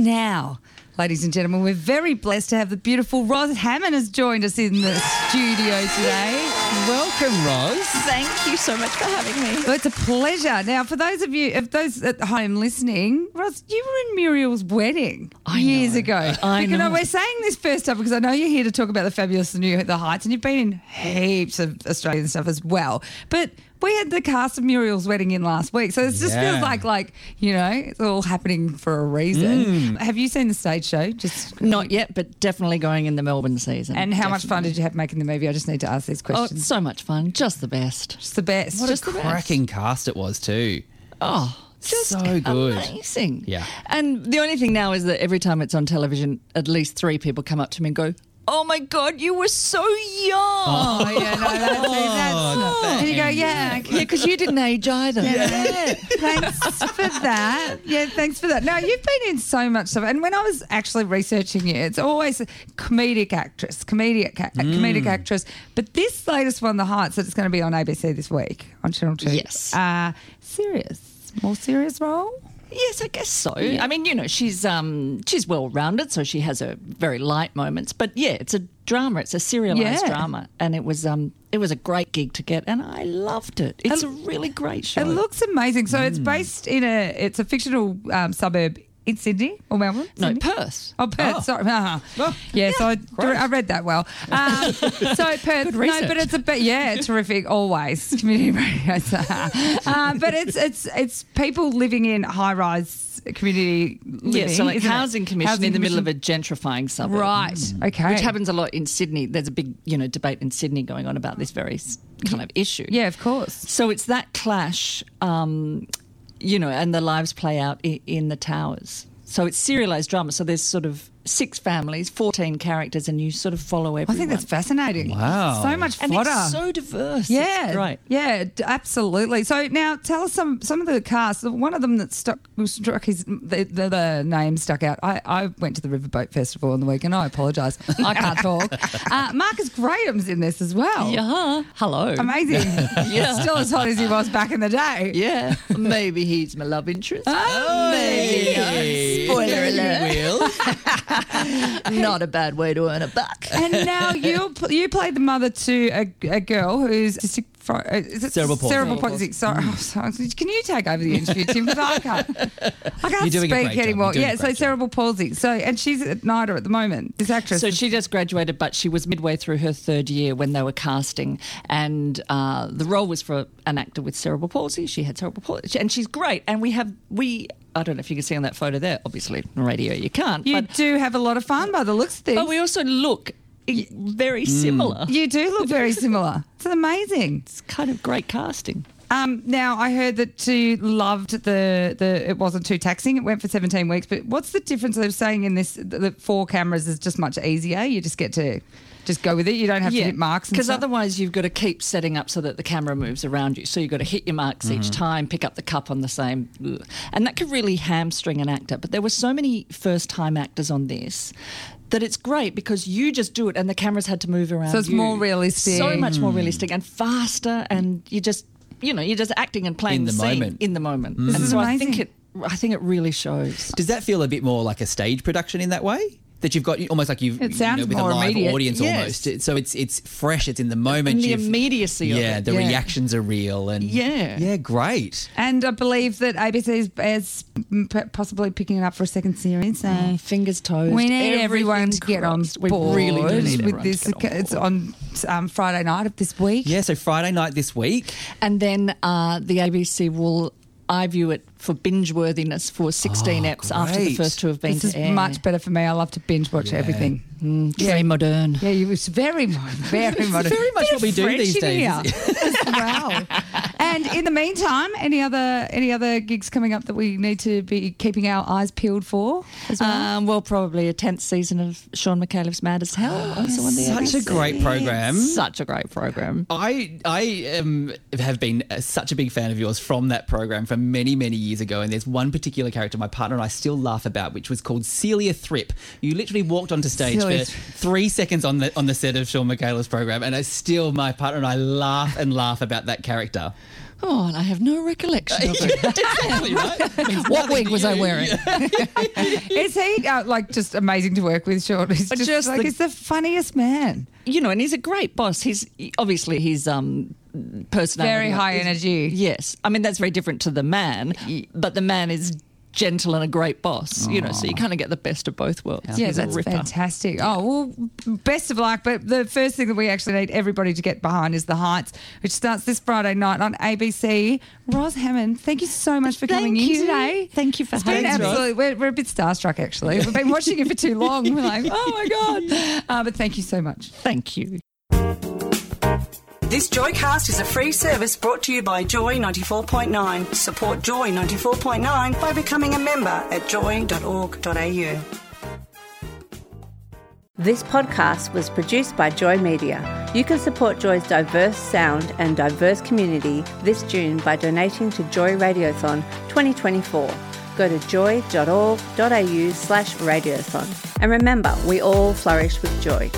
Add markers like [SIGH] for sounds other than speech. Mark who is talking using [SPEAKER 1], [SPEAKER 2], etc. [SPEAKER 1] Now, ladies and gentlemen, we're very blessed to have the beautiful Roz Hammond has joined us in the studio today.
[SPEAKER 2] Welcome, Roz.
[SPEAKER 3] Thank you so much for having me.
[SPEAKER 1] Well, it's a pleasure. Now, for those of you, if those at home listening, Roz, you were in Muriel's wedding years ago. [LAUGHS]
[SPEAKER 3] I
[SPEAKER 1] Because
[SPEAKER 3] know.
[SPEAKER 1] we're saying this first up because I know you're here to talk about the fabulous new the heights, and you've been in heaps of Australian stuff as well. But we had the cast of Muriel's wedding in last week, so it just
[SPEAKER 2] Yeah.
[SPEAKER 1] feels like like you know it's all happening for a reason. Have you seen the stage show? Just
[SPEAKER 3] Not yet, but definitely going in the Melbourne season.
[SPEAKER 1] and how much fun did you have making the movie? I just need to ask these
[SPEAKER 3] Oh,
[SPEAKER 1] questions.
[SPEAKER 3] it's so much fun. Just the best.
[SPEAKER 1] it's the best.
[SPEAKER 3] What a
[SPEAKER 1] Just the
[SPEAKER 3] cra-
[SPEAKER 1] best.
[SPEAKER 3] Yes.
[SPEAKER 2] Cracking cast it was too.
[SPEAKER 3] Oh, just
[SPEAKER 2] So good.
[SPEAKER 3] Amazing.
[SPEAKER 2] Yeah.
[SPEAKER 3] And the only thing now is that every time it's on television, at least three people come up to me and go, Oh my God, you were so young.
[SPEAKER 1] [LAUGHS] Oh yeah, no, that's,
[SPEAKER 2] Oh,
[SPEAKER 1] that's and you go,
[SPEAKER 2] thanks.
[SPEAKER 1] yeah, okay.
[SPEAKER 3] Yeah, because you didn't age either.
[SPEAKER 1] Yeah. thanks for that. Yeah, thanks for that. No, you've been in so much stuff. And when I was actually researching you, it's always comedic actress, comedic ac-
[SPEAKER 3] Mm.
[SPEAKER 1] comedic actress. But this latest one, The Heights, that's going to be on ABC this week on Channel 2.
[SPEAKER 3] Yes.
[SPEAKER 1] Uh, serious. More serious role?
[SPEAKER 3] Yes, I guess so. I mean, you know, she's um she's well rounded, so she has her very light moments. But yeah, it's a drama. It's a serialized
[SPEAKER 1] Yeah.
[SPEAKER 3] drama, and it was um it was a great gig to get, and I loved it. It's a really great show.
[SPEAKER 1] It looks amazing. So
[SPEAKER 3] Mm.
[SPEAKER 1] it's based in a, it's a fictional um, suburb in Sydney or Melbourne?
[SPEAKER 3] no
[SPEAKER 1] Sydney?
[SPEAKER 3] Perth.
[SPEAKER 1] Oh, Perth. Sorry. Ah.
[SPEAKER 2] Oh,
[SPEAKER 1] yeah, so I, I read that
[SPEAKER 3] [LAUGHS]
[SPEAKER 1] well. Um, so Perth. no,
[SPEAKER 3] research.
[SPEAKER 1] but it's a bit.
[SPEAKER 3] [LAUGHS]
[SPEAKER 1] Yeah, terrific. Always community [LAUGHS] radio. So, uh, but it's it's it's people living in high rise community.
[SPEAKER 3] Yeah,
[SPEAKER 1] Living,
[SPEAKER 3] so like
[SPEAKER 1] isn't it?
[SPEAKER 3] housing commission in the middle of a gentrifying suburb.
[SPEAKER 1] Right. Okay.
[SPEAKER 3] Which happens a lot in Sydney. There's a big, you know, debate in Sydney going on about this very s- kind of issue.
[SPEAKER 1] Yeah, of course.
[SPEAKER 3] So it's that clash, um, you know, and the lives play out in, in the towers. So it's serialized drama. So there's sort of six families, 14 characters, and you sort of follow
[SPEAKER 1] I
[SPEAKER 3] everyone.
[SPEAKER 1] think that's fascinating.
[SPEAKER 2] Wow.
[SPEAKER 1] So much
[SPEAKER 3] and
[SPEAKER 1] fodder.
[SPEAKER 3] it's so diverse.
[SPEAKER 1] Yeah,
[SPEAKER 3] right.
[SPEAKER 1] Yeah, d- absolutely. So now tell us some some of the cast. One of them that stuck struck his the, the, the name stuck out. I, I went to the Riverboat Festival on the weekend. I apologise, I
[SPEAKER 3] [LAUGHS]
[SPEAKER 1] can't talk. Uh, Marcus Graham's in this as well.
[SPEAKER 3] Yeah. Uh-huh. Hello.
[SPEAKER 1] Amazing.
[SPEAKER 3] [LAUGHS] Yeah.
[SPEAKER 1] Still as hot as he was back in the day.
[SPEAKER 3] Yeah. [LAUGHS] Maybe he's my love interest.
[SPEAKER 1] [LAUGHS] Oh,
[SPEAKER 3] Maybe not. Spoiler alert.
[SPEAKER 2] Will.
[SPEAKER 3] Not a bad way to earn a buck.
[SPEAKER 1] And
[SPEAKER 2] [LAUGHS]
[SPEAKER 1] now you pl- you played the mother to a, a girl who's cystic fro- uh, is it
[SPEAKER 2] Cerebral palsy.
[SPEAKER 1] Cerebral
[SPEAKER 3] Cerebral
[SPEAKER 1] palsy. Sorry, oh, sorry. Can you take over the interview, Tim? Because I can't, I can't
[SPEAKER 2] [LAUGHS] You're doing a great
[SPEAKER 1] speak
[SPEAKER 2] job.
[SPEAKER 1] anymore.
[SPEAKER 2] You're doing a
[SPEAKER 1] Yeah, so
[SPEAKER 2] great job.
[SPEAKER 1] cerebral palsy. So and she's at NIDA at the moment. This actress.
[SPEAKER 3] So she just graduated, but she was midway through her third year when they were casting, and uh, the role was for an actor with cerebral palsy. She had cerebral palsy, and she's great. And we have we. I don't know if you can see on that photo there. Obviously, on radio you can't.
[SPEAKER 1] you
[SPEAKER 3] but,
[SPEAKER 1] do have a lot of fun by the looks of things.
[SPEAKER 3] but we also look i- very similar.
[SPEAKER 1] you do look very similar. It's amazing.
[SPEAKER 3] Mm. It's kind of great casting.
[SPEAKER 1] Um, now I heard that you loved the the. It wasn't too taxing. It went for seventeen weeks. But what's the difference of saying in this that that four cameras is just much easier? You just get to just go with it. You don't have to hit marks.
[SPEAKER 3] because
[SPEAKER 1] Because
[SPEAKER 3] otherwise you've got to keep setting up so that the camera moves around you. So you've got to hit your marks
[SPEAKER 2] Mm-hmm.
[SPEAKER 3] each time, pick up the cup on the same, and that could really hamstring an actor. But there were so many first-time actors on this that it's great because you just do it, and the cameras had to move around.
[SPEAKER 1] So it's
[SPEAKER 3] you.
[SPEAKER 1] more realistic.
[SPEAKER 3] so much
[SPEAKER 2] Hmm.
[SPEAKER 3] more realistic and faster, and you just you know you're just acting and playing
[SPEAKER 2] In the
[SPEAKER 3] scene
[SPEAKER 2] moment. Hmm.
[SPEAKER 3] in the moment. And
[SPEAKER 1] is
[SPEAKER 3] so I
[SPEAKER 1] amazing.
[SPEAKER 3] think it, I think it really shows.
[SPEAKER 2] Does that feel a bit more like a stage production in that way? That you've got almost like you've
[SPEAKER 1] It sounds
[SPEAKER 2] you know, with
[SPEAKER 1] more
[SPEAKER 2] a live
[SPEAKER 1] immediate.
[SPEAKER 2] audience
[SPEAKER 3] Yes.
[SPEAKER 2] almost. So it's it's fresh. It's in the moment.
[SPEAKER 3] And the
[SPEAKER 2] you've-
[SPEAKER 3] immediacy of
[SPEAKER 2] Yeah,
[SPEAKER 3] it,
[SPEAKER 2] the
[SPEAKER 3] yeah.
[SPEAKER 2] reactions are real and
[SPEAKER 3] Yeah.
[SPEAKER 2] yeah, great.
[SPEAKER 1] and I believe that ABC is, is p- possibly picking it up for a second series. So.
[SPEAKER 3] Fingers toes.
[SPEAKER 1] We need everyone to get on
[SPEAKER 3] We
[SPEAKER 1] board
[SPEAKER 3] really do need
[SPEAKER 1] with
[SPEAKER 3] everyone to
[SPEAKER 1] this.
[SPEAKER 3] get on board.
[SPEAKER 1] It's on um, Friday night of this week.
[SPEAKER 2] Yeah, so Friday night this week.
[SPEAKER 3] And then uh, the ABC will, I view it for binge worthiness for 16 eps after the
[SPEAKER 2] great.
[SPEAKER 3] first two have been
[SPEAKER 1] This is
[SPEAKER 3] to air.
[SPEAKER 1] much better for me. I love to binge watch everything.
[SPEAKER 3] Very modern.
[SPEAKER 1] Yeah, you, it's very, mo- very modern.
[SPEAKER 2] very much
[SPEAKER 1] Bit
[SPEAKER 2] what we do
[SPEAKER 1] French
[SPEAKER 2] these
[SPEAKER 1] in
[SPEAKER 2] days,
[SPEAKER 1] here as well. And in the meantime, any other any other gigs coming up that we need to be keeping our eyes peeled for? As well?
[SPEAKER 3] Um, well, probably a tenth season of Sean McCaleb's Mad as [GASPS] Hell. also on the
[SPEAKER 2] Such a
[SPEAKER 3] ABC.
[SPEAKER 2] great program.
[SPEAKER 3] Such a great program.
[SPEAKER 2] I I um, have been uh, such a big fan of yours from that program for many many years ago, and there's one particular character my partner and I still laugh about, which was called Celia Thrip. You literally walked onto stage
[SPEAKER 1] Celia
[SPEAKER 2] for
[SPEAKER 1] Thrip.
[SPEAKER 2] three seconds on the on the set of Sean Michaela's program, and I still my partner and I laugh and laugh about that character.
[SPEAKER 3] Oh, and I have no recollection of it.
[SPEAKER 2] exactly right. Means
[SPEAKER 3] [LAUGHS] what
[SPEAKER 2] nothing
[SPEAKER 3] wig
[SPEAKER 2] to
[SPEAKER 3] was I
[SPEAKER 2] you.
[SPEAKER 3] wearing?
[SPEAKER 1] Is he uh, like just amazing to work with, Sean? He's just,
[SPEAKER 3] just
[SPEAKER 1] like
[SPEAKER 3] the-
[SPEAKER 1] he's the funniest man.
[SPEAKER 3] You know, and he's a great boss. He's obviously his um personality.
[SPEAKER 1] Very high
[SPEAKER 3] is-
[SPEAKER 1] energy.
[SPEAKER 3] Yes, I mean that's very different to the man, but the man is gentle and a great boss. You know, so you kind of get the best of both worlds.
[SPEAKER 1] Ah. Yeah,
[SPEAKER 3] He's a
[SPEAKER 1] that's
[SPEAKER 3] ripper.
[SPEAKER 1] fantastic. Oh, well, best of luck. But the first thing that we actually need everybody to get behind is The Heights, which starts this Friday night on ABC. Ros Hammond, thank you so much for coming
[SPEAKER 3] Thank
[SPEAKER 1] in
[SPEAKER 3] you.
[SPEAKER 1] today.
[SPEAKER 3] Thank you for
[SPEAKER 1] It's been
[SPEAKER 3] having me.
[SPEAKER 1] absolutely, we're, we're a bit starstruck, actually. We've been watching it for too long. We're like, oh
[SPEAKER 3] [LAUGHS]
[SPEAKER 1] my God. Uh, but thank you so much.
[SPEAKER 3] Thank you.
[SPEAKER 4] This Joycast is a free service brought to you by Joy 94.9. Support Joy 94.9 by becoming a member at joy.org.au.
[SPEAKER 5] This podcast was produced by Joy Media. You can support Joy's diverse sound and diverse community this June by donating to Joy Radiothon 2024. Go to joy.org.au slash radiothon. And remember, we all flourish with joy.